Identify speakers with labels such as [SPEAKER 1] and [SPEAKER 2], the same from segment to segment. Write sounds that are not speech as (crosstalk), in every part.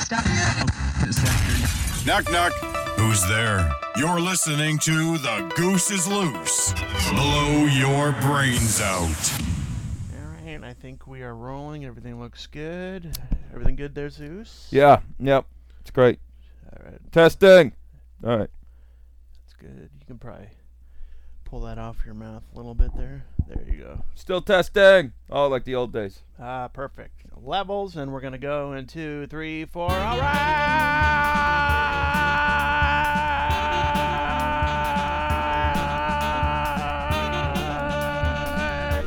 [SPEAKER 1] Stop now.
[SPEAKER 2] Knock, knock. Who's there? You're listening to The Goose is Loose. Blow your brains out.
[SPEAKER 3] All right, I think we are rolling. Everything looks good. Everything good there, Zeus?
[SPEAKER 4] Yeah. Yep. It's great.
[SPEAKER 3] All right,
[SPEAKER 4] Testing. All right.
[SPEAKER 3] that's good. You can probably pull that off your mouth a little bit there. There you go.
[SPEAKER 4] Still testing. Oh, like the old days.
[SPEAKER 3] Ah, perfect. Levels, and we're going to go in two, three, four. All right!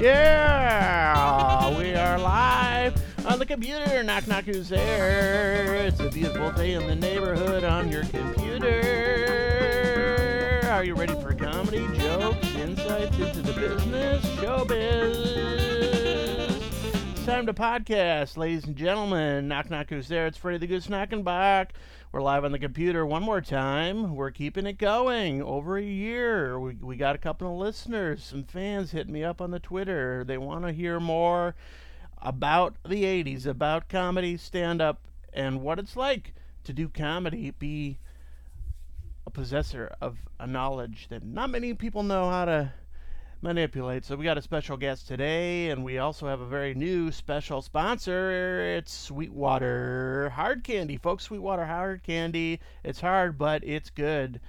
[SPEAKER 3] Yeah! We are live on the computer. Knock, knock, who's there? It's a beautiful day in the neighborhood on your computer. Are you ready for comedy, jokes, insights into the business, showbiz? It's time to podcast, ladies and gentlemen. Knock knock who's there? It's Freddy the Goose knocking back. We're live on the computer one more time. We're keeping it going. Over a year. We, we got a couple of listeners, some fans hitting me up on the Twitter. They want to hear more about the 80s, about comedy, stand up, and what it's like to do comedy, be a possessor of a knowledge that not many people know how to manipulate. So we got a special guest today, and we also have a very new special sponsor. It's Sweetwater Hard Candy, folks. Sweetwater Hard Candy. It's hard, but it's good.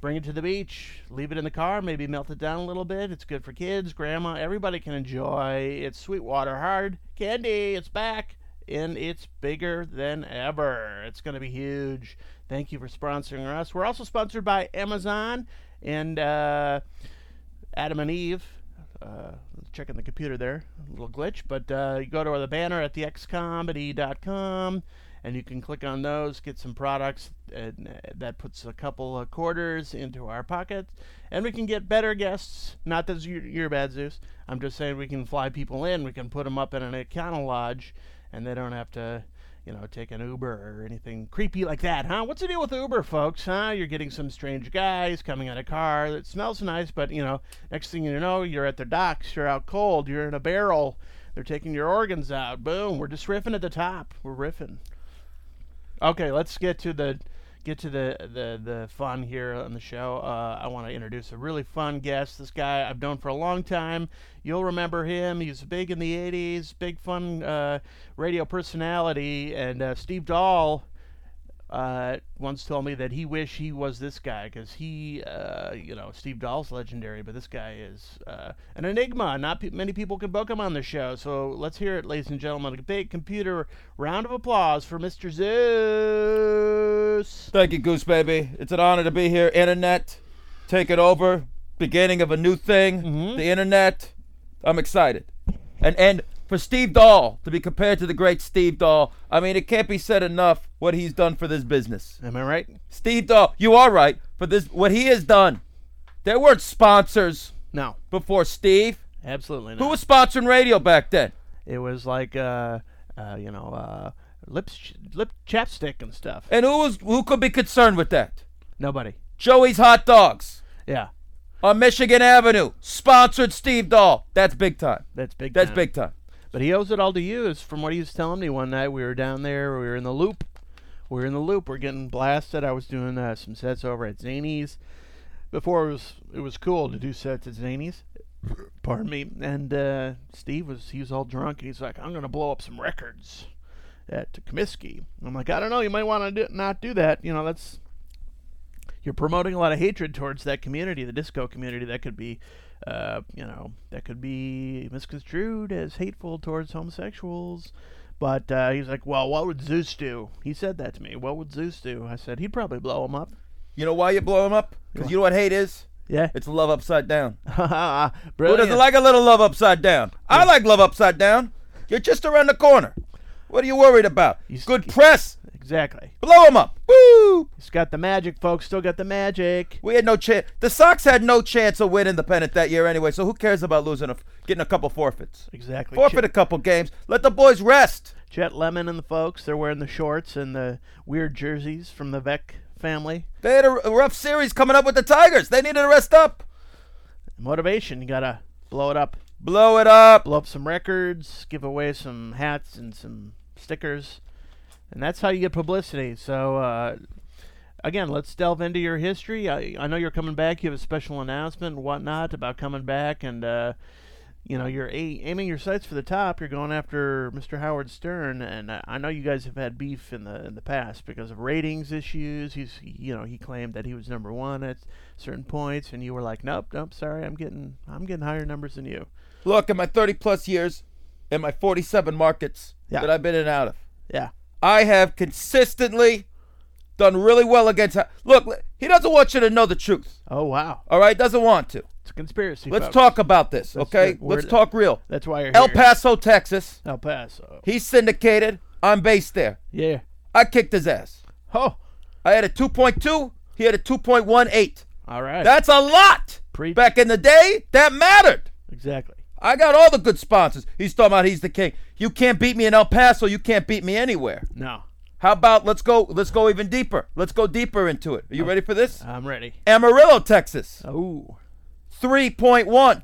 [SPEAKER 3] Bring it to the beach, leave it in the car, maybe melt it down a little bit. It's good for kids, grandma, everybody can enjoy. It's Sweetwater Hard Candy. It's back and it's bigger than ever. It's going to be huge. Thank you for sponsoring us. We're also sponsored by Amazon and uh, Adam and Eve. Uh, checking the computer there, a little glitch, but uh, you go to the banner at thexcomedy.com and you can click on those, get some products, and uh, that puts a couple of quarters into our pockets, and we can get better guests. Not that you're, you're bad, Zeus. I'm just saying we can fly people in, we can put them up in an econo lodge, and they don't have to you know, take an Uber or anything creepy like that, huh? What's the deal with Uber, folks? Huh? You're getting some strange guys coming in a car that smells nice, but you know, next thing you know, you're at the docks, you're out cold, you're in a barrel, they're taking your organs out. Boom, we're just riffing at the top. We're riffing. Okay, let's get to the get to the the, the fun here on the show. Uh, I want to introduce a really fun guest. This guy I've known for a long time. You'll remember him. He was big in the '80s, big fun uh, radio personality. And uh, Steve Dahl uh, once told me that he wished he was this guy because he, uh, you know, Steve Dahl's legendary, but this guy is uh, an enigma. Not pe- many people can book him on the show. So let's hear it, ladies and gentlemen. A big computer round of applause for Mr. Zeus.
[SPEAKER 4] Thank you, Goose Baby. It's an honor to be here. Internet, take it over. Beginning of a new thing. The internet. I'm excited. And and for Steve Dahl to be compared to the great Steve Dahl, I mean, it can't be said enough what he's done for this business.
[SPEAKER 3] Am I right?
[SPEAKER 4] Steve Dahl, you are right for this. What he has done. There weren't sponsors
[SPEAKER 3] No,
[SPEAKER 4] before Steve.
[SPEAKER 3] absolutely not.
[SPEAKER 4] Who was sponsoring radio back then?
[SPEAKER 3] it was like, uh, uh, you know, uh, lips, lip chapstick and stuff.
[SPEAKER 4] And who was who could be concerned with that?
[SPEAKER 3] Nobody.
[SPEAKER 4] Joey's Hot Dogs
[SPEAKER 3] Yeah,
[SPEAKER 4] on Michigan Avenue, sponsored Steve Dahl. That's big time.
[SPEAKER 3] that's big.
[SPEAKER 4] That's
[SPEAKER 3] time.
[SPEAKER 4] big time.
[SPEAKER 3] But he owes it all to you. Is from what he was telling me one night. We were down there. We were in the loop. We were in the loop. We're getting blasted. I was doing uh, some sets over at Zany's. Before it was it was cool to do sets at Zany's. (coughs) Pardon me. And uh, Steve was he was all drunk and he's like, I'm gonna blow up some records at Comiskey. I'm like, I don't know. You might want to do, not do that. You know, that's you're promoting a lot of hatred towards that community, the disco community. That could be, uh, you know, that could be misconstrued as hateful towards homosexuals. But uh, he's like, well, what would Zeus do? He said that to me. What would Zeus do? I said he'd probably blow him up.
[SPEAKER 4] You know why you blow him up? Because you know what hate is?
[SPEAKER 3] Yeah,
[SPEAKER 4] It's love upside down. Who
[SPEAKER 3] (laughs) brilliant.
[SPEAKER 4] doesn't like a little love upside down? I like love upside down. You're just around the corner. What are you worried about?
[SPEAKER 3] He's-
[SPEAKER 4] Good press.
[SPEAKER 3] exactly.
[SPEAKER 4] Blow him up. Woo!
[SPEAKER 3] He's got the magic, folks. Still got the magic.
[SPEAKER 4] We had no chance. The Sox had no chance of winning the pennant that year anyway, so who cares about losing a, getting a couple forfeits?
[SPEAKER 3] Exactly.
[SPEAKER 4] Forfeit a couple games. Let the boys rest.
[SPEAKER 3] Chet Lemon and the folks. They're wearing the shorts and the weird jerseys from the Vec family.
[SPEAKER 4] They had a a rough series coming up with the Tigers. They needed to rest up.
[SPEAKER 3] Motivation. You gotta blow it up.
[SPEAKER 4] Blow it up.
[SPEAKER 3] blow up some records, give away some hats and some stickers, and that's how you get publicity. So, uh, again, let's delve into your history. I, I know you're coming back. You have a special announcement and whatnot about coming back, and uh, you know you're a- aiming your sights for the top. You're going after Mr. Howard Stern, and I, I know you guys have had beef in the in the past because of ratings issues. He's you know he claimed that he was number one at certain points, and you were like, nope, nope, sorry, I'm getting I'm getting higher numbers than you.
[SPEAKER 4] Look, in my 30 plus years, in my 47 markets
[SPEAKER 3] Yeah.
[SPEAKER 4] that I've been in and out of,
[SPEAKER 3] Yeah,
[SPEAKER 4] I have consistently done really well against. Look, he doesn't want you to know the truth.
[SPEAKER 3] Oh wow,
[SPEAKER 4] All right, doesn't want to.
[SPEAKER 3] it's a conspiracy.
[SPEAKER 4] Let's
[SPEAKER 3] folks.
[SPEAKER 4] talk about this, okay?
[SPEAKER 3] good.
[SPEAKER 4] Let's
[SPEAKER 3] We're-
[SPEAKER 4] talk real.
[SPEAKER 3] That's why you're
[SPEAKER 4] El
[SPEAKER 3] here.
[SPEAKER 4] Paso, Texas.
[SPEAKER 3] El Paso.
[SPEAKER 4] He's syndicated. I'm based there.
[SPEAKER 3] Yeah.
[SPEAKER 4] I kicked his ass.
[SPEAKER 3] Oh,
[SPEAKER 4] I had a 2.2. He had a 2.18.
[SPEAKER 3] all right.
[SPEAKER 4] That's a lot.
[SPEAKER 3] Preach.
[SPEAKER 4] Back in the day, that mattered.
[SPEAKER 3] exactly.
[SPEAKER 4] I got all the good sponsors. He's talking about he's the king. You can't beat me in El Paso. You can't beat me anywhere.
[SPEAKER 3] No,
[SPEAKER 4] How about let's go? Let's go even deeper. Let's go deeper into it. Are you ready for this?
[SPEAKER 3] I'm ready.
[SPEAKER 4] Amarillo, Texas,
[SPEAKER 3] Oh,
[SPEAKER 4] 3.1.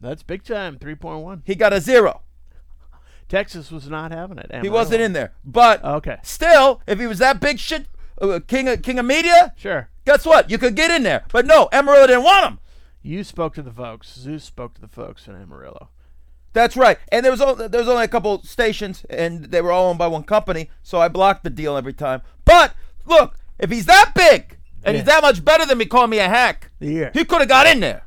[SPEAKER 3] that's big time. Three point one.
[SPEAKER 4] He got a zero.
[SPEAKER 3] Texas was not having it.
[SPEAKER 4] He wasn't in there, but
[SPEAKER 3] Okay.
[SPEAKER 4] still, if he was that big shit, uh, king of, king of media,
[SPEAKER 3] Sure.
[SPEAKER 4] guess what? You could get in there. But no, Amarillo didn't want him.
[SPEAKER 3] You spoke to the folks. Zeus spoke to the folks in Amarillo.
[SPEAKER 4] That's right. And there was only, there was only a couple stations, and they were all owned by one company, so I blocked the deal every time. But look, if he's that big and he's
[SPEAKER 3] Yeah.
[SPEAKER 4] that much better than me, calling me a hack,
[SPEAKER 3] Yeah.
[SPEAKER 4] he could have got in there.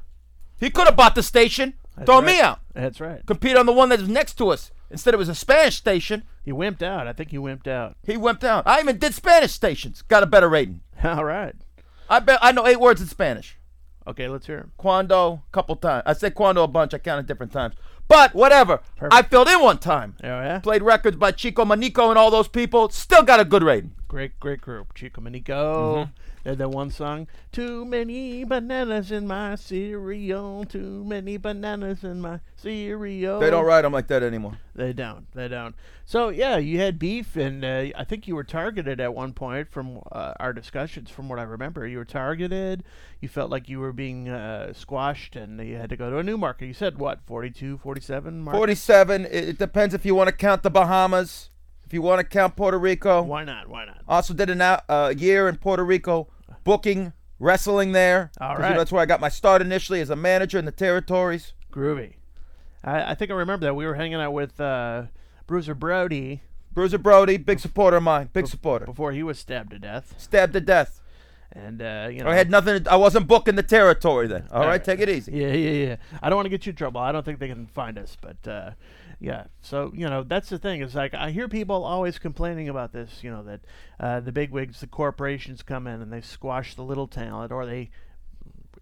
[SPEAKER 4] He could have bought the station, thrown me
[SPEAKER 3] right.
[SPEAKER 4] out,
[SPEAKER 3] That's right.
[SPEAKER 4] compete on the one that was next to us. Instead, it was a Spanish station.
[SPEAKER 3] He wimped out. I think he wimped out. (laughs)
[SPEAKER 4] He went down. I even did Spanish stations. Got a better rating.
[SPEAKER 3] All right.
[SPEAKER 4] I bet I know eight words in Spanish.
[SPEAKER 3] Okay, let's hear him.
[SPEAKER 4] Cuando, couple times. I said Cuando a bunch. I counted different times. But whatever. I
[SPEAKER 3] Perfect.
[SPEAKER 4] filled in one time.
[SPEAKER 3] Oh, yeah?
[SPEAKER 4] Played records by Chico Manico and all those people. Still got a good rating.
[SPEAKER 3] Great, great group. Chico Manico.
[SPEAKER 4] Mm-hmm.
[SPEAKER 3] They had that one song. Too many bananas in my cereal. Too many bananas in my cereal.
[SPEAKER 4] They don't write them like that anymore.
[SPEAKER 3] They don't. They don't. So yeah, you had beef, and uh, I think you were targeted at one point from uh, our discussions. From what I remember, you were targeted. You felt like you were being uh, squashed, and you had to go to a new market. You said what, 42, 47 market?
[SPEAKER 4] 47. It, it depends if you want to count the Bahamas, if you want to count Puerto Rico.
[SPEAKER 3] Why not? Why not?
[SPEAKER 4] Also did an a uh, year in Puerto Rico, booking wrestling there.
[SPEAKER 3] All
[SPEAKER 4] 'Cause, you know,
[SPEAKER 3] right.
[SPEAKER 4] that's where I got my start initially as a manager in the territories.
[SPEAKER 3] Groovy. I, I think I remember that we were hanging out with uh, Bruiser Brody
[SPEAKER 4] Bruiser Brody, big supporter of mine, big supporter.
[SPEAKER 3] before he was stabbed to death,
[SPEAKER 4] Stabbed to death.
[SPEAKER 3] and uh, you know.
[SPEAKER 4] I had nothing. To, I wasn't booking the territory then. All right, take it easy.
[SPEAKER 3] Yeah, yeah, yeah. I don't want to get you in trouble. I don't think they can find us, but uh, yeah. So you know, that's the thing. Is like I hear people always complaining about this. You know that uh, the big wigs, the corporations come in and they squash the little talent, or they,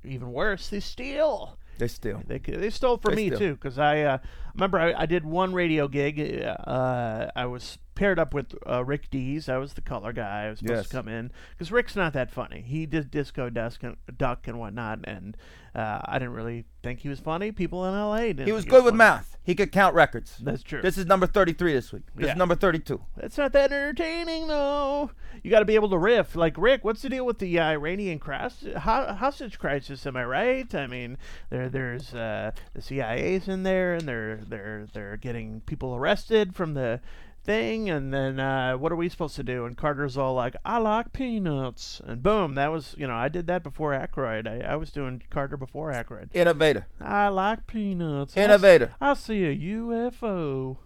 [SPEAKER 3] even worse, they steal.
[SPEAKER 4] They still.
[SPEAKER 3] They, c- they stole from
[SPEAKER 4] They
[SPEAKER 3] me
[SPEAKER 4] steal.
[SPEAKER 3] too, because I uh, remember I, I did one radio gig. Uh, I was paired up with uh, Rick Dees. I was the color guy. I was supposed
[SPEAKER 4] Yes.
[SPEAKER 3] to come in because Rick's not that funny. He did Disco Dusk and, Duck and whatnot, and uh, I didn't really think he was funny. People in LA didn't.
[SPEAKER 4] He was
[SPEAKER 3] think
[SPEAKER 4] good with
[SPEAKER 3] funny.
[SPEAKER 4] math. He could count records.
[SPEAKER 3] That's true.
[SPEAKER 4] This is number 33 this week. This
[SPEAKER 3] Yeah.
[SPEAKER 4] is number 32.
[SPEAKER 3] That's not that entertaining though. You got to be able to riff. Like Rick, what's the deal with the uh, Iranian cras- ho- hostage crisis? Am I right? I mean, there there's uh, the CIA's in there, and they're they're they're getting people arrested from the thing. And then uh, what are we supposed to do? And Carter's all like, "I like peanuts," and boom, that was you know I did that before Aykroyd. I, I was doing Carter before Aykroyd.
[SPEAKER 4] Innovator.
[SPEAKER 3] I like peanuts. I s-
[SPEAKER 4] Innovator.
[SPEAKER 3] I see a UFO.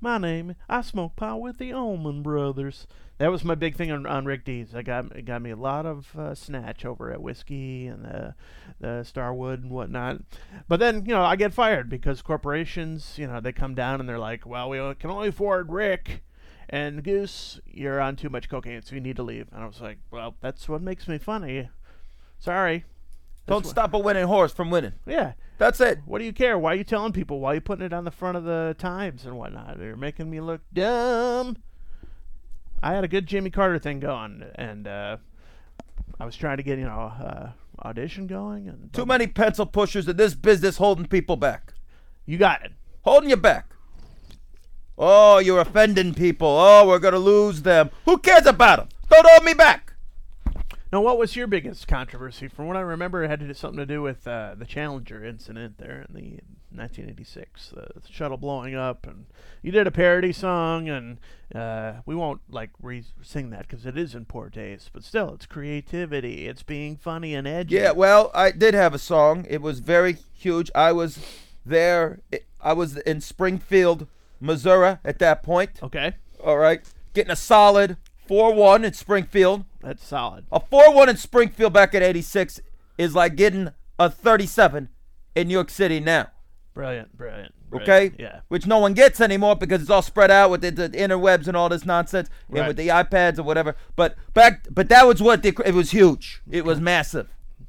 [SPEAKER 3] My name, I smoke pot with the Allman Brothers. That was my big thing on, on Rick Deeds. I got it got me a lot of uh, snatch over at whiskey and the the Starwood and whatnot. But then you know I get fired because corporations you know they come down and they're like, well we can only afford Rick. And Goose, you're on too much cocaine, so you need to leave. And I was like, well, that's what makes me funny. Sorry.
[SPEAKER 4] Don't
[SPEAKER 3] what-
[SPEAKER 4] stop a winning horse from winning.
[SPEAKER 3] Yeah.
[SPEAKER 4] That's it.
[SPEAKER 3] What do you care? Why are you telling people? Why are you putting it on the front of the Times and whatnot? You're making me look dumb. I had a good Jimmy Carter thing going, and uh, I was trying to get you know uh, audition going. And
[SPEAKER 4] Too many pencil pushers in this business holding people back.
[SPEAKER 3] You got it.
[SPEAKER 4] Holding you back. Oh, you're offending people. Oh, we're going to lose them. Who cares about them? Don't hold me back.
[SPEAKER 3] Now, what was your biggest controversy? From what I remember, it had to do something to do with uh, the Challenger incident there in the 1986, the shuttle blowing up, and you did a parody song, and uh, we won't like re-sing that because it is in poor taste, but still, it's creativity, it's being funny and edgy.
[SPEAKER 4] Yeah, well, I did have a song. It was very huge. I was there. eh, I was in Springfield, Missouri at that point.
[SPEAKER 3] Okay,
[SPEAKER 4] All right. Getting a solid 4 1 in Springfield.
[SPEAKER 3] that's solid.
[SPEAKER 4] A 4 1 in Springfield back in 86 is like getting a 37 in New York City now.
[SPEAKER 3] Brilliant, brilliant.
[SPEAKER 4] Okay?
[SPEAKER 3] brilliant. Yeah.
[SPEAKER 4] Which no one gets anymore because it's all spread out with the, the interwebs and all this nonsense
[SPEAKER 3] Right.
[SPEAKER 4] and with the iPads or whatever. But back, but that was what the, it was huge. It was massive.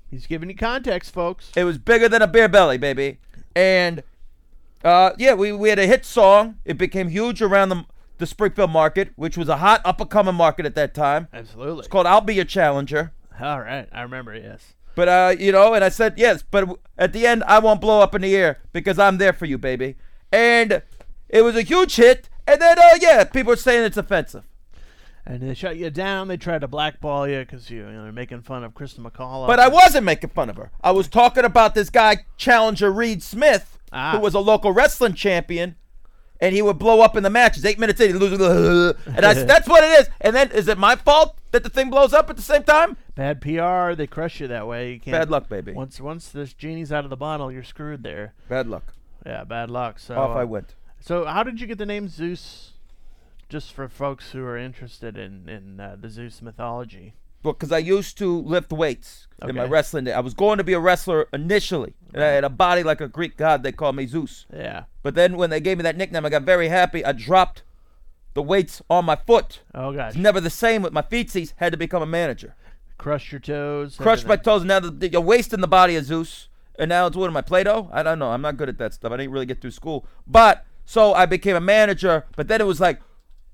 [SPEAKER 3] He's giving you context, folks.
[SPEAKER 4] It was bigger than a beer belly, baby. And uh, yeah, we, we had a hit song. It became huge around the, the Springfield market, which was a hot up and coming market at that time.
[SPEAKER 3] Absolutely.
[SPEAKER 4] It's called I'll Be Your Challenger.
[SPEAKER 3] All right, I remember. Yes.
[SPEAKER 4] But uh, you know, and I said yes. But w- at the end, I won't blow up in the air because I'm there for you, baby. And it was a huge hit. And then, uh, yeah, people were saying it's offensive.
[SPEAKER 3] And they shut you down. They tried to blackball you because you, you know, they're making fun of Krista McCullough.
[SPEAKER 4] But I wasn't making fun of her. I was talking about this guy, Challenger Reed Smith,
[SPEAKER 3] Ah.
[SPEAKER 4] who was a local wrestling champion, and he would blow up in the matches. Eight minutes in, he'd lose. (laughs) And I, s- that's what it is. And then, is it my fault that the thing blows up at the same time?
[SPEAKER 3] bad PR. They crush you that way. You can't.
[SPEAKER 4] Bad luck, baby.
[SPEAKER 3] Once once this genie's out of the bottle, you're screwed there.
[SPEAKER 4] Bad luck.
[SPEAKER 3] Yeah, bad luck. So
[SPEAKER 4] Off I
[SPEAKER 3] uh,
[SPEAKER 4] went.
[SPEAKER 3] So how did you get the name Zeus? Just for folks who are interested in in uh, the Zeus mythology.
[SPEAKER 4] Well, because I used to lift weights in my
[SPEAKER 3] Okay.
[SPEAKER 4] wrestling day. I was going to be a wrestler initially, and I had a body like a Greek god. They called me Zeus.
[SPEAKER 3] Yeah.
[SPEAKER 4] But then when they gave me that nickname, I got very happy. I dropped the weights on my foot.
[SPEAKER 3] Oh gosh.
[SPEAKER 4] It's never the same with my feetsies. Had to become a manager.
[SPEAKER 3] Crush your toes.
[SPEAKER 4] Crushed my
[SPEAKER 3] everything.
[SPEAKER 4] toes. Now the, the, you're wasting the body of Zeus, and now it's what am I, Play-Doh? I don't know. I'm not good at that stuff. I didn't really get through school. But so I became a manager. But then it was like,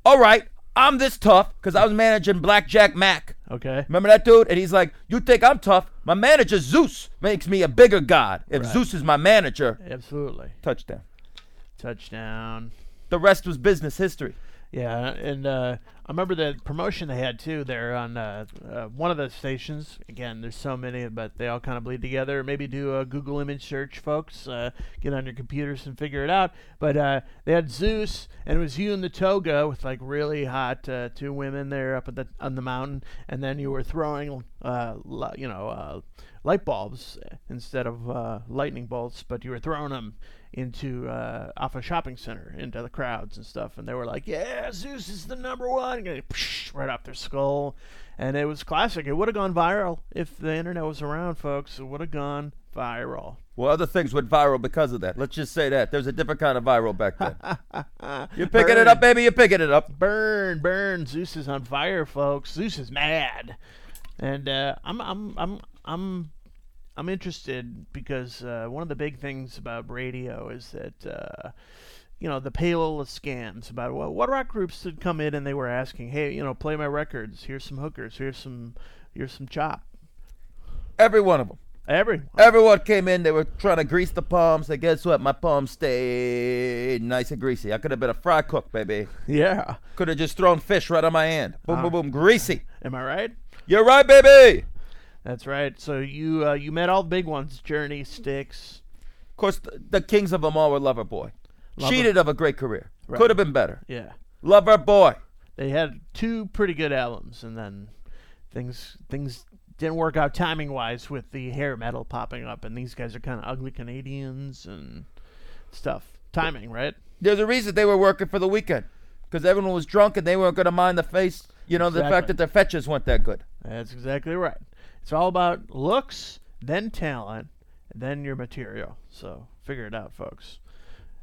[SPEAKER 4] all right, I'm this tough because I was managing Blackjack Mac.
[SPEAKER 3] Okay.
[SPEAKER 4] Remember that dude? And he's like, You think I'm tough? My manager, Zeus, makes me a bigger god. If Zeus is my manager,
[SPEAKER 3] Absolutely.
[SPEAKER 4] touchdown.
[SPEAKER 3] Touchdown.
[SPEAKER 4] The rest was business history.
[SPEAKER 3] Yeah, and uh, I remember the promotion they had too there on uh, uh, one of the stations. Again, there's so many, but they all kind of bleed together. Maybe do a Google image search, folks. Uh, get on your computers and figure it out. But uh, they had Zeus, and it was you in the toga with like really hot uh, two women there up at the on the mountain, and then you were throwing, uh, li- you know, uh, light bulbs instead of uh, lightning bolts, but you were throwing them into uh, off a shopping center into the crowds and stuff, and they were like, "Yeah, Zeus is the number one," and psh, right off their skull, and it was classic. It would have gone viral if the internet was around, folks. It would have gone viral.
[SPEAKER 4] Well, other things went viral because of that. Let's just say that. There's a different kind of viral back then. you're picking it up, baby. You're picking it up.
[SPEAKER 3] Burn, burn! Zeus is on fire, folks. Zeus is mad, and uh, I'm, I'm, I'm, I'm, I'm interested because uh, one of the big things about radio is that. Uh, you know, the payroll of scams about what, what rock groups had come in and they were asking, hey, you know, play my records. Here's some hookers. Here's some, here's some chop.
[SPEAKER 4] Every one of them.
[SPEAKER 3] Every
[SPEAKER 4] Everyone came in. They were trying to grease the palms. And guess what? My palms stayed nice and greasy. I could have been a fry cook, baby.
[SPEAKER 3] (laughs) yeah,
[SPEAKER 4] Could have just thrown fish right on my hand. Boom, boom, boom. Greasy.
[SPEAKER 3] am I right?
[SPEAKER 4] You're right, baby.
[SPEAKER 3] That's right. So you uh, you met all the big ones: Journey, Sticks.
[SPEAKER 4] Of course, the, the kings of them all were Lover Boy.
[SPEAKER 3] Lover-
[SPEAKER 4] Cheated of a great career. Could have been better.
[SPEAKER 3] Yeah,
[SPEAKER 4] Lover Boy.
[SPEAKER 3] they had two pretty good albums, and then things things didn't work out timing wise with the hair metal popping up, and these guys are kind of ugly Canadians and stuff. Timing, right?
[SPEAKER 4] There's a reason they were working for the weekend because everyone was drunk and they weren't going to mind the face, you know, the fact
[SPEAKER 3] Exactly.
[SPEAKER 4] that their fetches weren't that good.
[SPEAKER 3] That's exactly right. It's all about looks, then talent, then your material. So figure it out, folks.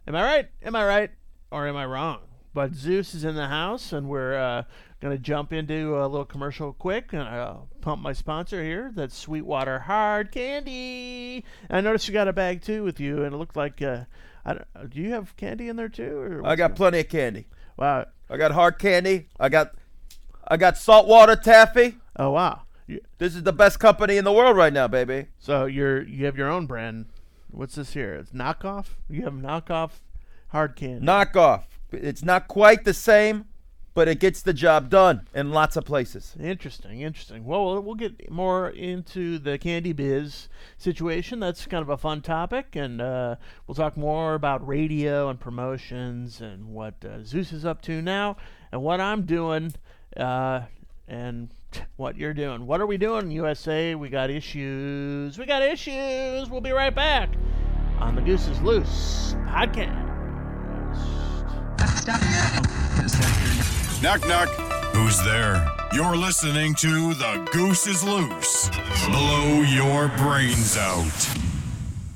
[SPEAKER 3] Am I right? Am I right? Or am I wrong? But Zeus is in the house, and we're uh, going to jump into a little commercial quick. And I'll pump my sponsor here. That's Sweetwater Hard Candy. I noticed you got a bag too with you, and it looked like. Uh, I don't, do you have candy in there too? Or
[SPEAKER 4] I got plenty of candy.
[SPEAKER 3] wow.
[SPEAKER 4] I got hard candy. I got, I got saltwater taffy.
[SPEAKER 3] Oh wow. You,
[SPEAKER 4] This is the best company in the world right now, baby.
[SPEAKER 3] So you're you have your own brand. What's this here? It's knockoff. You have knockoff hard candy.
[SPEAKER 4] Knockoff. It's not quite the same, but it gets the job done in lots of places.
[SPEAKER 3] Interesting, interesting. Well, we'll get more into the candy biz situation. That's kind of a fun topic, and uh, we'll talk more about radio and promotions and what uh, Zeus is up to now and what I'm doing uh, and what you're doing. What are we doing, USA? We got issues. We got issues. We'll be right back on the Goose is Loose podcast.
[SPEAKER 2] Knock, knock. Who's there? You're listening to The Goose is Loose. Blow your brains out.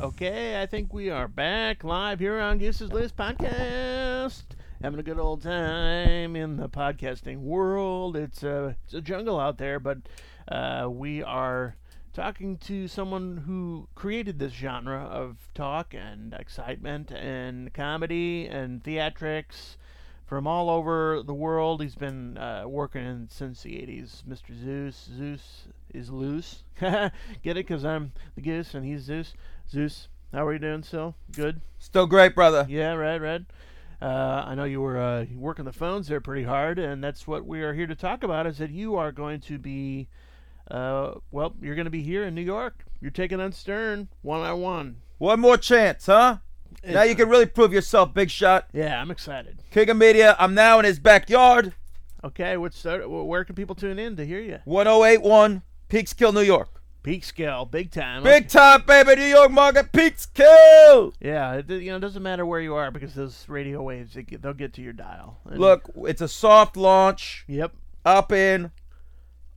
[SPEAKER 3] Okay, I think we are back live here on Goose's List podcast. Having a good old time in the podcasting world. It's a, it's a jungle out there, but uh, we are talking to someone who created this genre of talk and excitement and comedy and theatrics from all over the world. He's been uh, working since the 80s. Mr. Zeus. Zeus is loose. (laughs) Get it? Because I'm the goose and he's Zeus. Zeus, how are you doing, Sil? Good?
[SPEAKER 4] Still great, brother.
[SPEAKER 3] Yeah, right, right. Uh, I know you were uh, working the phones there pretty hard, and that's what we are here to talk about is that you are going to be, uh, well, you're going to be here in New York. You're taking on Stern one on one.
[SPEAKER 4] One more chance, huh? Now you can really prove yourself, big shot.
[SPEAKER 3] Yeah, I'm excited.
[SPEAKER 4] King of Media, I'm now in his backyard.
[SPEAKER 3] Okay, what's uh, where can people tune in to hear you?
[SPEAKER 4] 1081 Peekskill, New York.
[SPEAKER 3] Peak scale, big time.
[SPEAKER 4] Big time, baby, New York market, Peekskill!
[SPEAKER 3] Yeah, it, you know, it doesn't matter where you are because those radio waves, they get, they'll get to your dial. And-
[SPEAKER 4] Look, it's a soft launch
[SPEAKER 3] Yep.
[SPEAKER 4] up in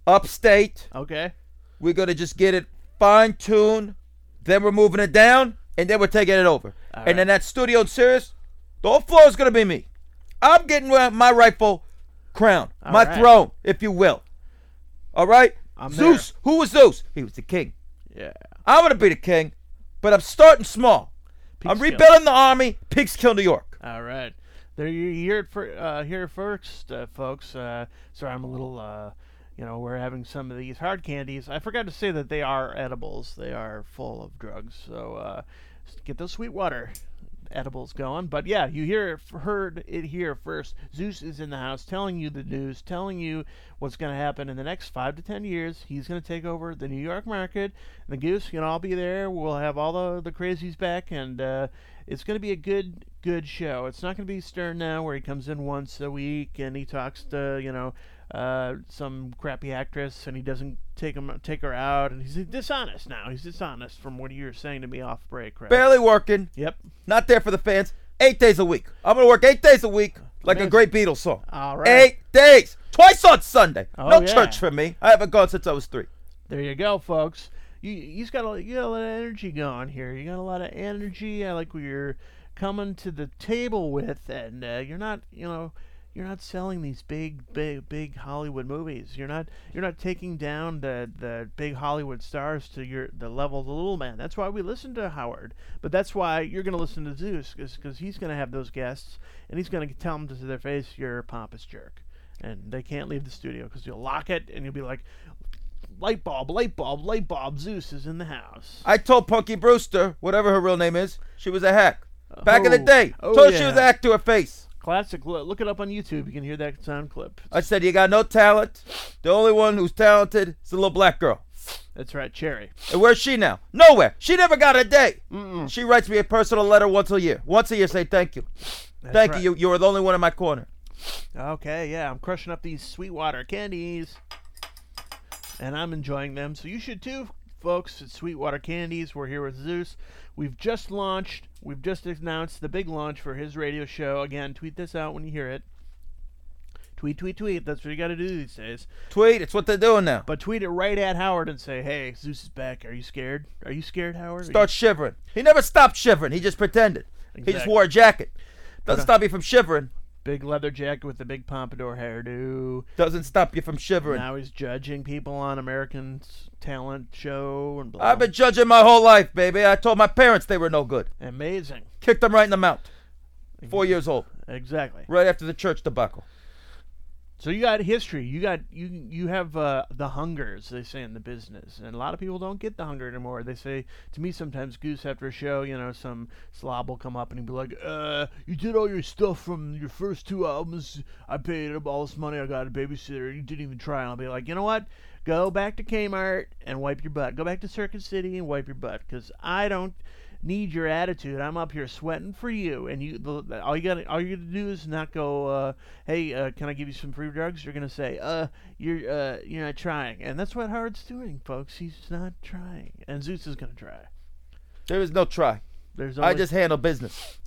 [SPEAKER 4] upstate.
[SPEAKER 3] Okay.
[SPEAKER 4] We're going to just get it fine tuned. Then we're moving it down, and then we're taking it over. and
[SPEAKER 3] right.
[SPEAKER 4] then that studio in Sirius, the whole floor is going to be me. I'm getting uh, my rightful crown, my
[SPEAKER 3] right.
[SPEAKER 4] throne, if you will. All right?
[SPEAKER 3] I'm
[SPEAKER 4] Zeus, who was Zeus? He was the king.
[SPEAKER 3] Yeah.
[SPEAKER 4] I'm going to be the king, but I'm starting small. I'm
[SPEAKER 3] Peekskill.
[SPEAKER 4] rebuilding the army, Peekskill, New York.
[SPEAKER 3] All right, there you you hear it for uh, here first, uh, folks. Uh, sorry, I'm a little. Uh, you know, we're having some of these hard candies. I forgot to say that they are edibles. They are full of drugs. So uh, s- get those sweet water edibles going. But yeah, you hear it, f- heard it here first. Zeus is in the house, telling you the news, telling you what's going to happen in the next five to ten years. He's going to take over the New York market. The Goose can all be there. We'll have all the the crazies back, and uh, it's going to be a good good show. It's not going to be Stern now, where he comes in once a week and he talks to you know uh, some crappy actress and he doesn't take him take her out, and he's dishonest now. He's dishonest from what you were saying to me off break, right?
[SPEAKER 4] Barely working,
[SPEAKER 3] Yep.
[SPEAKER 4] not there for the fans. Eight days a week. I'm going to work eight days a week like a
[SPEAKER 3] Amazing.
[SPEAKER 4] great Beatles song.
[SPEAKER 3] All right.
[SPEAKER 4] Eight days. Twice on Sunday.
[SPEAKER 3] Oh,
[SPEAKER 4] no
[SPEAKER 3] yeah.
[SPEAKER 4] church for me. I haven't gone since I was three.
[SPEAKER 3] There you go, folks. You, he's got a, you got a lot of energy going here. You got a lot of energy. I like what you're coming to the table with, and uh, you're not, you know, you're not selling these big, big, big Hollywood movies. You're not, you're not taking down the the big Hollywood stars to your the level of the little man. That's why we listen to Howard, but that's why you're going to listen to Zeus, because he's going to have those guests, and he's going to tell them to their face, "You're a pompous jerk," and they can't leave the studio because you'll lock it, and you'll be like, light bulb, light bulb, light bulb. Zeus is in the house.
[SPEAKER 4] I told Punky Brewster, whatever her real name is, she was a hack. Back in the
[SPEAKER 3] Oh.
[SPEAKER 4] day.
[SPEAKER 3] Oh,
[SPEAKER 4] told her she
[SPEAKER 3] yeah.
[SPEAKER 4] was a hack to her face.
[SPEAKER 3] Classic. Look, look it up on YouTube. You can hear that sound clip.
[SPEAKER 4] I said, You got no talent. The only one who's talented is the little black girl.
[SPEAKER 3] That's right, Cherry.
[SPEAKER 4] And where's she now? Nowhere. She never got a day. She writes me a personal letter once a year. Once a year, say thank you. thank
[SPEAKER 3] right.
[SPEAKER 4] you. you. You were the only one in my corner.
[SPEAKER 3] Okay, yeah, I'm crushing up these Sweetwater candies, and I'm enjoying them. So you should too, folks. It's Sweetwater Candies. We're here with Zeus. We've just launched. We've just announced the big launch for his radio show. Again, tweet this out when you hear it. Tweet, tweet, tweet. That's what you got to do these days.
[SPEAKER 4] Tweet. It's what they're doing now.
[SPEAKER 3] But tweet it right at Howard and say, "Hey, Zeus is back. Are you scared? Are you scared, Howard? Are you
[SPEAKER 4] Start shivering. He never stopped shivering. He just pretended. He just
[SPEAKER 3] Exactly.
[SPEAKER 4] wore a jacket. Doesn't stop you from shivering.
[SPEAKER 3] big leather jacket with the big pompadour hairdo.
[SPEAKER 4] Doesn't stop you from shivering.
[SPEAKER 3] Now he's judging people on American's Talent Show and blah.
[SPEAKER 4] I've been judging my whole life, baby. I told my parents they were no good.
[SPEAKER 3] amazing.
[SPEAKER 4] Kicked them right in the mouth. Four years old,
[SPEAKER 3] Exactly.
[SPEAKER 4] right after the church debacle.
[SPEAKER 3] So you got history. You got you you have uh, the hungers they say in the business, and a lot of people don't get the hunger anymore. They say to me sometimes, Goose after a show, you know, some slob will come up and he'll be like, "Uh, you did all your stuff from your first two albums. I paid up all this money. I got a babysitter. You didn't even try." And I'll be like, "You know what? Go back to Kmart and wipe your butt. Go back to Circuit City and wipe your butt, because I don't." need your attitude. I'm up here sweating for you, and you. the- the- All you got, all you got to do is not go. Uh, hey, uh, can I give you some free drugs? You're gonna say, uh, you're, uh, you're not trying, and that's what Howard's doing, folks. He's not trying, and Zeus is gonna try.
[SPEAKER 4] There is no try.
[SPEAKER 3] There's
[SPEAKER 4] I
[SPEAKER 3] always
[SPEAKER 4] just handle business.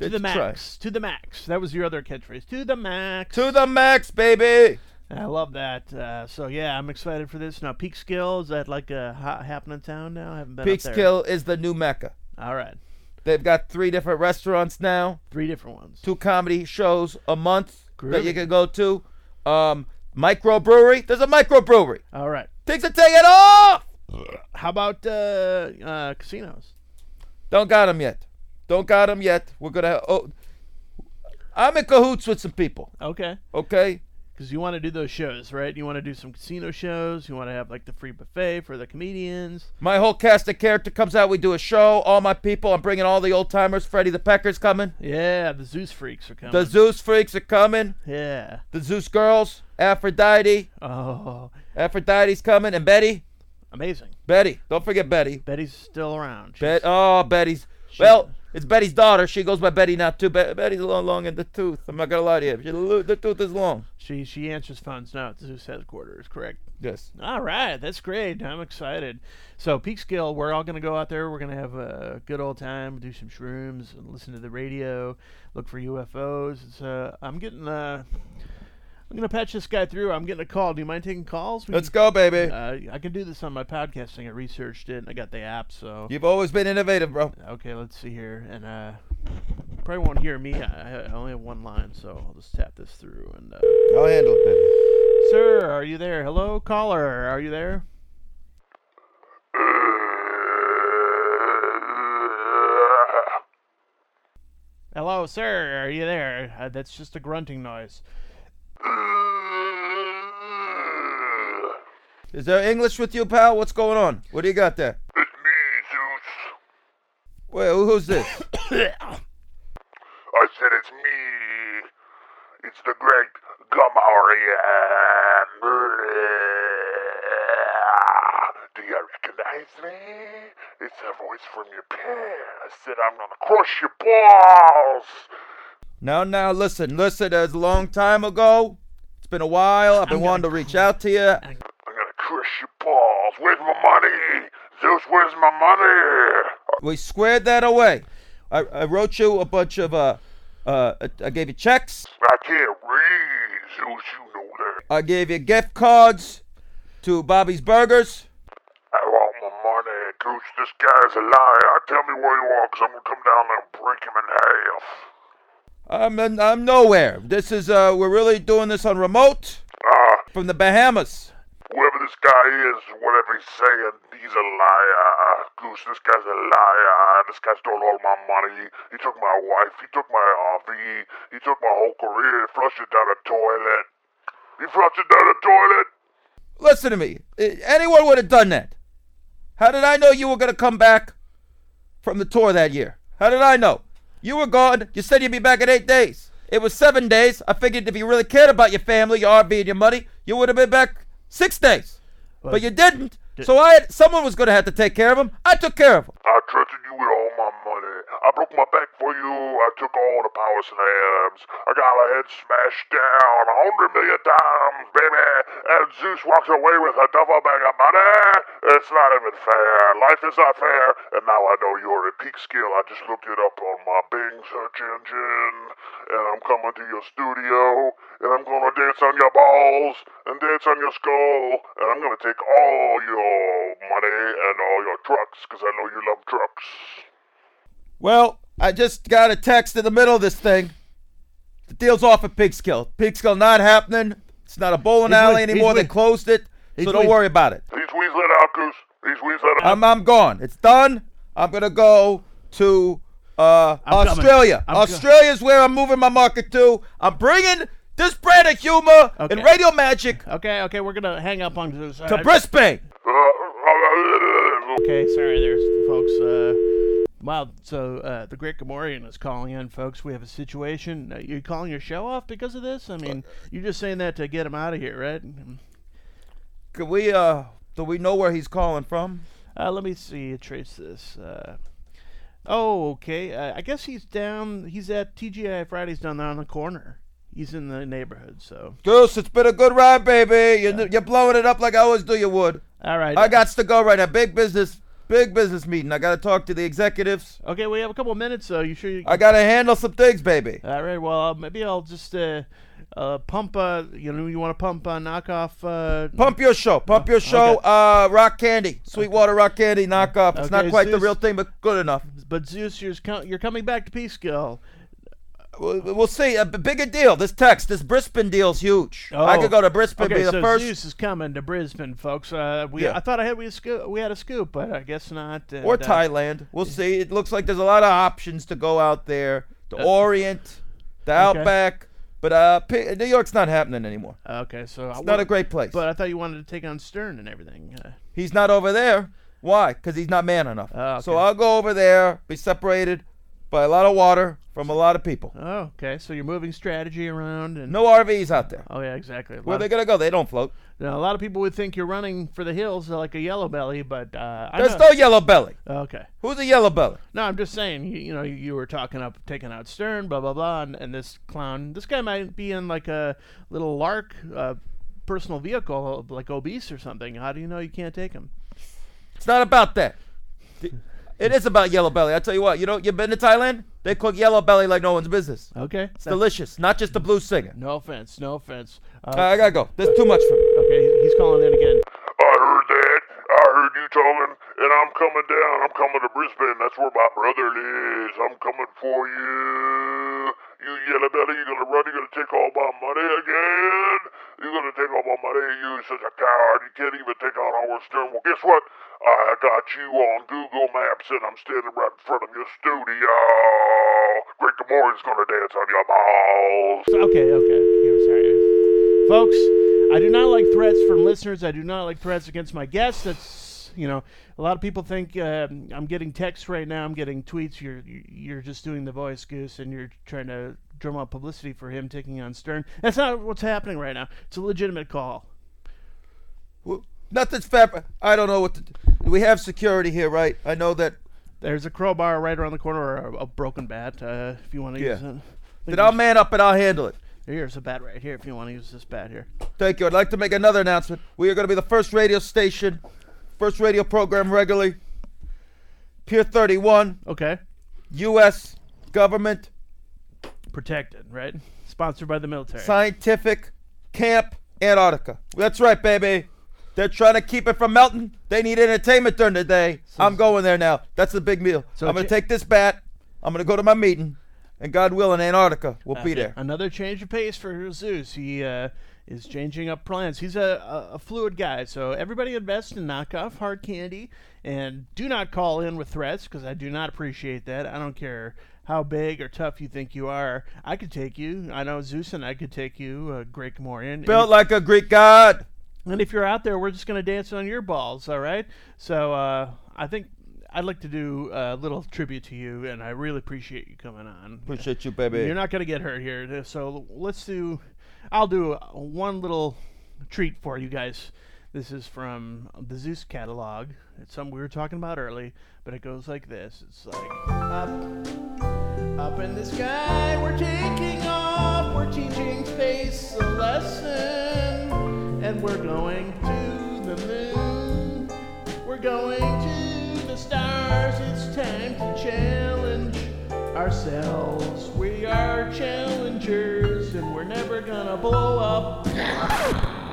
[SPEAKER 3] to the
[SPEAKER 4] It's try.
[SPEAKER 3] max, to the max. That was your other catchphrase, to the max.
[SPEAKER 4] To the max, baby.
[SPEAKER 3] I love that. Uh, so yeah, I'm excited for this. Now, Peak Skill is that like a hot happening town now? I haven't been up
[SPEAKER 4] Peaks
[SPEAKER 3] there.
[SPEAKER 4] Kill is the new mecca.
[SPEAKER 3] All right,
[SPEAKER 4] They've got three different restaurants now,
[SPEAKER 3] three different ones.
[SPEAKER 4] two comedy shows a month that you
[SPEAKER 3] Groovy.
[SPEAKER 4] can go to. Um, microbrewery. There's a microbrewery.
[SPEAKER 3] All right.
[SPEAKER 4] Things are taking off.
[SPEAKER 3] How about uh, uh, casinos?
[SPEAKER 4] Don't got them yet. Don't got them yet. We're gonna. Oh, I'm in cahoots with some people.
[SPEAKER 3] Okay.
[SPEAKER 4] Okay.
[SPEAKER 3] because you want to do those shows, right? You want to do some casino shows. You want to have like the free buffet for the comedians.
[SPEAKER 4] My whole cast of character comes out. We do a show. All my people. I'm bringing all the old timers. Freddie the Pecker's coming.
[SPEAKER 3] Yeah, the Zeus freaks are coming.
[SPEAKER 4] The Zeus freaks are coming.
[SPEAKER 3] yeah.
[SPEAKER 4] The Zeus girls. Aphrodite.
[SPEAKER 3] Oh,
[SPEAKER 4] Aphrodite's coming. And Betty.
[SPEAKER 3] amazing.
[SPEAKER 4] Betty. Don't forget Betty.
[SPEAKER 3] Betty's still around. She's-
[SPEAKER 4] Bet. Oh, Betty's. Well, it's Betty's daughter. She goes by Betty now too. Bet Betty's long, long in the tooth. I'm not gonna lie to you. She, lo- the tooth is long.
[SPEAKER 3] she she answers phones now at Zeus headquarters. Correct.
[SPEAKER 4] Yes.
[SPEAKER 3] All right, that's great. I'm excited. So Peekskill, we're all gonna go out there. We're gonna have a good old time, do some shrooms, and listen to the radio, look for UFOs. It's, uh, I'm getting. Uh, I'm gonna patch this guy through. I'm getting a call. Do you mind taking calls? We
[SPEAKER 4] Let's go, baby.
[SPEAKER 3] Uh, I can do this on my podcast thing. I researched it and I got the app. So
[SPEAKER 4] You've always been innovative, bro.
[SPEAKER 3] okay, let's see here. And uh, probably won't hear me. I, I only have one line, so I'll just tap this through. And uh,
[SPEAKER 4] I'll handle it, baby.
[SPEAKER 3] sir, are you there? Hello, caller, are you there? Hello, sir, are you there? Uh, that's just a grunting noise. (coughs)
[SPEAKER 4] Is there English with you, pal? What's going on? What do you got there?
[SPEAKER 1] It's me, Zeus.
[SPEAKER 4] Wait, who- who's this?
[SPEAKER 1] I said it's me. It's the great Gamariel. Do you recognize me? It's a voice from your past that I'm gonna crush your balls.
[SPEAKER 4] now, now, listen, listen. It was a long time ago. It's been a while. I've been wanting to reach out to you.
[SPEAKER 1] I'm gonna crush your balls. Where's my money? Zeus, where's my money?
[SPEAKER 4] We squared that away. I, I wrote you a bunch of uh, uh, I- I gave you checks.
[SPEAKER 1] I can't read, Zeus, you know that.
[SPEAKER 4] I gave you gift cards to Bobby's Burgers.
[SPEAKER 1] I want my money, Goose. This guy's a liar. Tell me where you are, because I'm going to come down there and break him in half.
[SPEAKER 4] I'm in, I'm nowhere. This is uh, we're really doing this on remote
[SPEAKER 1] Ah,
[SPEAKER 4] from the Bahamas.
[SPEAKER 1] whoever this guy is, whatever he's saying, he's a liar. Goose, this guy's a liar. This guy stole all my money. He took my wife. He took my RV. He took my whole career. He flushed it down the toilet. He flushed it down the toilet.
[SPEAKER 4] Listen to me. I- Anyone would have done that. How did I know you were going to come back from the tour that year? How did I know? You were gone. You said you'd be back in eight days. It was seven days. I figured if you really cared about your family, your RV, and your money, you would have been back six days. but you didn't. so I, had, someone was going to have to take care of him. I took care of him.
[SPEAKER 1] I trusted you with all my money. I broke my back for you. I took all the power slams. I got my head smashed down a hundred million times, baby. And Zeus walks away with a duffel bag of money. It's not even fair. Life is not fair. And now I know you're a peak skill. I just looked it up on my Bing search engine. And I'm coming to your studio. And I'm gonna dance on your balls and dance on your skull. And I'm gonna take all your money and all your trucks, 'cause I know you love trucks.
[SPEAKER 4] Well, I just got a text in the middle of this thing. The deal's off at Pigskill. Pigskill not happening. It's not a bowling
[SPEAKER 3] He's
[SPEAKER 4] alley
[SPEAKER 3] win- he's
[SPEAKER 4] anymore. They
[SPEAKER 3] win-
[SPEAKER 4] closed it. So
[SPEAKER 3] he's
[SPEAKER 4] don't
[SPEAKER 3] win-
[SPEAKER 4] worry about it.
[SPEAKER 1] He's weaseling out, Goose. He's weaseling out.
[SPEAKER 4] I'm I'm gone. It's done. I'm gonna go to uh,
[SPEAKER 3] coming.
[SPEAKER 4] Australia.
[SPEAKER 3] I'm co-
[SPEAKER 4] Australia's where I'm moving my market to. I'm bringing This brand of humor
[SPEAKER 3] Okay.
[SPEAKER 4] and radio magic
[SPEAKER 3] Okay, okay, we're gonna hang up on this.
[SPEAKER 4] to Brisbane.
[SPEAKER 1] Uh,
[SPEAKER 3] Okay, sorry, there's folks. Uh, wow, so uh, the Great Gamorrean is calling in, folks. We have a situation. Are you calling your show off because of this? I mean, you're just saying that to get him out of here, right?
[SPEAKER 4] Could we uh do we know where he's calling from?
[SPEAKER 3] Uh, let me see. Trace this. Uh, oh, okay. Uh, I guess he's down. He's at TGI Fridays down there on the corner. He's in the neighborhood. So,
[SPEAKER 4] Goose, it's been a good ride, baby. You're, you're blowing it up like I always do you would.
[SPEAKER 3] all right.
[SPEAKER 4] I got to go right now. Big business, big business meeting. I got to talk to the executives.
[SPEAKER 3] Okay, we have a couple minutes. So, you sure you?
[SPEAKER 4] I got to handle some things, baby.
[SPEAKER 3] All right. Well, maybe I'll just uh, uh, pump. Uh, you know, you want to pump uh, knockoff? Uh,
[SPEAKER 4] Pump your show. Pump your show.
[SPEAKER 3] okay.
[SPEAKER 4] Uh, rock candy. Sweetwater rock candy knockoff. It's
[SPEAKER 3] Okay,
[SPEAKER 4] not quite the
[SPEAKER 3] Zeus.
[SPEAKER 4] real thing, but good enough.
[SPEAKER 3] But Zeus, you're, co- you're coming back to Peekskill.
[SPEAKER 4] We'll, we'll see. A b- bigger deal. This text, this Brisbane deal's huge. I could go to Brisbane,
[SPEAKER 3] Oh. Okay,
[SPEAKER 4] be the
[SPEAKER 3] so
[SPEAKER 4] first.
[SPEAKER 3] Zeus is coming to Brisbane, folks. Uh, we
[SPEAKER 4] Yeah.
[SPEAKER 3] I thought I had we a scoop, we had a scoop, but I guess not. And,
[SPEAKER 4] or
[SPEAKER 3] uh,
[SPEAKER 4] Thailand. We'll see. It looks like there's a lot of options to go out there.
[SPEAKER 3] Uh,
[SPEAKER 4] The Orient, the Outback, but uh, P- New York's not happening anymore.
[SPEAKER 3] Okay, so I
[SPEAKER 4] It's not a great place.
[SPEAKER 3] But I thought you wanted to take on Stern and everything. Uh,
[SPEAKER 4] he's not over there. Why? Because he's not man enough.
[SPEAKER 3] Ah,
[SPEAKER 4] So
[SPEAKER 3] okay.
[SPEAKER 4] I'll go over there, be separated by a lot of water from a lot of people.
[SPEAKER 3] oh, okay. So you're moving strategy around and
[SPEAKER 4] No RVs out there.
[SPEAKER 3] Oh yeah, exactly. A lot,
[SPEAKER 4] Where
[SPEAKER 3] of,
[SPEAKER 4] they gonna go? They don't float.
[SPEAKER 3] now, a lot of people would think you're running for the hills uh, like a yellow belly, but uh, I
[SPEAKER 4] There's
[SPEAKER 3] know.
[SPEAKER 4] no yellow belly.
[SPEAKER 3] okay.
[SPEAKER 4] Who's a yellow belly?
[SPEAKER 3] No, I'm just saying. You, you know, you were talking up, taking out Stern, blah blah blah, and, and this clown. This guy might be in like a little lark, uh, personal vehicle, like obese or something. How do you know you can't take him?
[SPEAKER 4] It's not about that. It is about yellow belly. I tell you what. You know, you've been to Thailand. They cook yellow belly like no one's business.
[SPEAKER 3] Okay.
[SPEAKER 4] It's delicious. Not just the blues singer.
[SPEAKER 3] no offense. No offense.
[SPEAKER 4] All
[SPEAKER 3] Uh,
[SPEAKER 4] right, I gotta go. That's too much for me.
[SPEAKER 3] okay, he's calling in again.
[SPEAKER 1] I heard that. I heard you talking, and I'm coming down. I'm coming to Brisbane. That's where my brother lives. I'm coming for you. You yellow belly, you gonna run, you gonna take all my money again? you gonna take all my money, you such a coward. You can't even take out Howard Stern. Well, guess what? I got you on Google Maps, and I'm standing right in front of your studio. Great Gamorrean's gonna dance on your balls.
[SPEAKER 3] Okay, okay. Here, sorry. Folks, I do not like threats from listeners. I do not like threats against my guests. That's, you know, a lot of people think um I'm getting texts right now. I'm getting tweets. You're you're just doing the voice, Goose, and you're trying to drum up publicity for him taking on Stern. That's not what's happening right now. It's a legitimate call.
[SPEAKER 4] Well, Nothing's fair. I don't know what to do. We have security here, right? I know that.
[SPEAKER 3] There's a crowbar right around the corner or a, a broken bat uh, if you want to use
[SPEAKER 4] Yeah.
[SPEAKER 3] it.
[SPEAKER 4] That I'll man up and I'll handle it.
[SPEAKER 3] Here's a bat right here if you want to use this bat here.
[SPEAKER 4] Thank you. I'd like to make another announcement. We are going to be the first radio station, first radio program regularly. Pier 31,
[SPEAKER 3] Okay.
[SPEAKER 4] U.S. government
[SPEAKER 3] Protected, right? Sponsored by the military.
[SPEAKER 4] scientific camp, Antarctica. That's right, baby. They're trying to keep it from melting. They need entertainment during the day. I'm going there now. That's the big meal. I'm going
[SPEAKER 3] Ja-
[SPEAKER 4] to take this bat. I'm going to go to my meeting. And God willing, Antarctica will be there.
[SPEAKER 3] Another change of pace for Zeus. He uh, is changing up plans. He's a, a, a fluid guy, so everybody invest in knockoff hard candy and do not call in with threats because I do not appreciate that. I don't care how big or tough you think you are. I could take you. I know Zeus and I could take you, uh, Great Gamorrean.
[SPEAKER 4] Built like a Greek god.
[SPEAKER 3] And if you're out there, we're just going to dance on your balls, all right? So uh, I think I'd like to do a little tribute to you, and I really appreciate you coming on.
[SPEAKER 4] Appreciate you, baby.
[SPEAKER 3] You're not going to get hurt here. So let's do. I'll do one little treat for you guys. This is from the Zeus catalog. It's something we were talking about early, but it goes like this. It's like up, up in the sky, we're taking off, we're teaching space a lesson, and we're going to the moon. We're going to the stars. It's time to challenge ourselves. We are challengers, and we're never gonna blow up.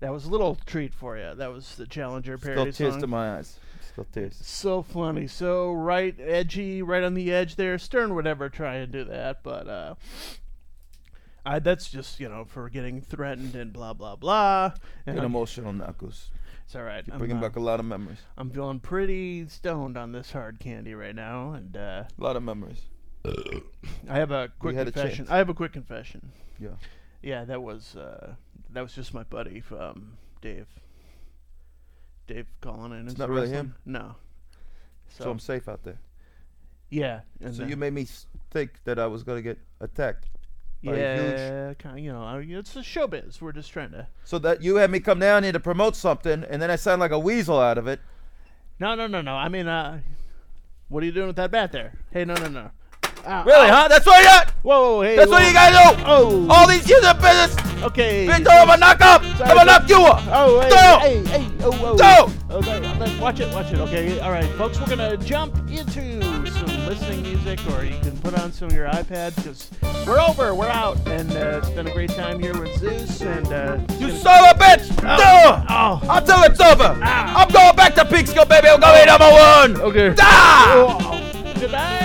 [SPEAKER 3] That was a little treat for you. That was the Challenger
[SPEAKER 4] Still
[SPEAKER 3] parody
[SPEAKER 4] tears
[SPEAKER 3] song.
[SPEAKER 4] to my eyes. Still tears.
[SPEAKER 3] so funny, so right edgy, right on the edge there. Stern would never try and do that, but uh, I, that's just you know for getting threatened and blah blah blah. And
[SPEAKER 4] Get
[SPEAKER 3] I'm-
[SPEAKER 4] emotional now, Goose.
[SPEAKER 3] it's all right. I'm,
[SPEAKER 4] Bringing
[SPEAKER 3] uh,
[SPEAKER 4] back a lot of memories.
[SPEAKER 3] I'm feeling pretty stoned on this hard candy right now, and uh,
[SPEAKER 4] A lot of memories.
[SPEAKER 3] I have a quick
[SPEAKER 4] had a
[SPEAKER 3] confession.
[SPEAKER 4] chance.
[SPEAKER 3] I have a quick confession.
[SPEAKER 4] Yeah.
[SPEAKER 3] Yeah, that was uh, that was just my buddy um, Dave. Dave calling in. It's
[SPEAKER 4] not really him?
[SPEAKER 3] No. So,
[SPEAKER 4] So I'm safe out there.
[SPEAKER 3] yeah. and
[SPEAKER 4] So
[SPEAKER 3] then-
[SPEAKER 4] you made me s- think that I was gonna get attacked. by a huge-
[SPEAKER 3] yeah, kind you know, I mean, it's a showbiz. We're just trying to.
[SPEAKER 4] So that you had me come down here to promote something, and then I sound like a weasel out of it.
[SPEAKER 3] No, no, no, no. I mean, uh, what are you doing with that bat there? Hey, no, no, no. Ow,
[SPEAKER 4] Really,
[SPEAKER 3] ow.
[SPEAKER 4] huh? That's what you got.
[SPEAKER 3] Whoa, hey.
[SPEAKER 4] That's what
[SPEAKER 3] whoa.
[SPEAKER 4] you Oh, gotta do.
[SPEAKER 3] Uh, Oh.
[SPEAKER 4] All these years of business,
[SPEAKER 3] Okay.
[SPEAKER 4] bitch, I'm gonna knock up. I'm gonna knock you up.
[SPEAKER 3] Oh, hey,
[SPEAKER 4] No.
[SPEAKER 3] hey, hey, oh, oh.
[SPEAKER 4] No.
[SPEAKER 3] Okay, okay, watch it, watch it. Okay, all right, folks, we're gonna jump into some listening music, or you can put on some of your iPads because we're over, we're out, and uh, it's been a great time here with Zeus and. Uh, it's
[SPEAKER 4] You
[SPEAKER 3] gonna-
[SPEAKER 4] son of a bitch!
[SPEAKER 3] Oh.
[SPEAKER 4] No!
[SPEAKER 3] Oh.
[SPEAKER 4] Until it's over!
[SPEAKER 3] Ah.
[SPEAKER 4] I'm going back to Peekskill, baby! I'm gonna be number one!
[SPEAKER 3] Okay.
[SPEAKER 4] Ah!
[SPEAKER 3] Oh, Good night.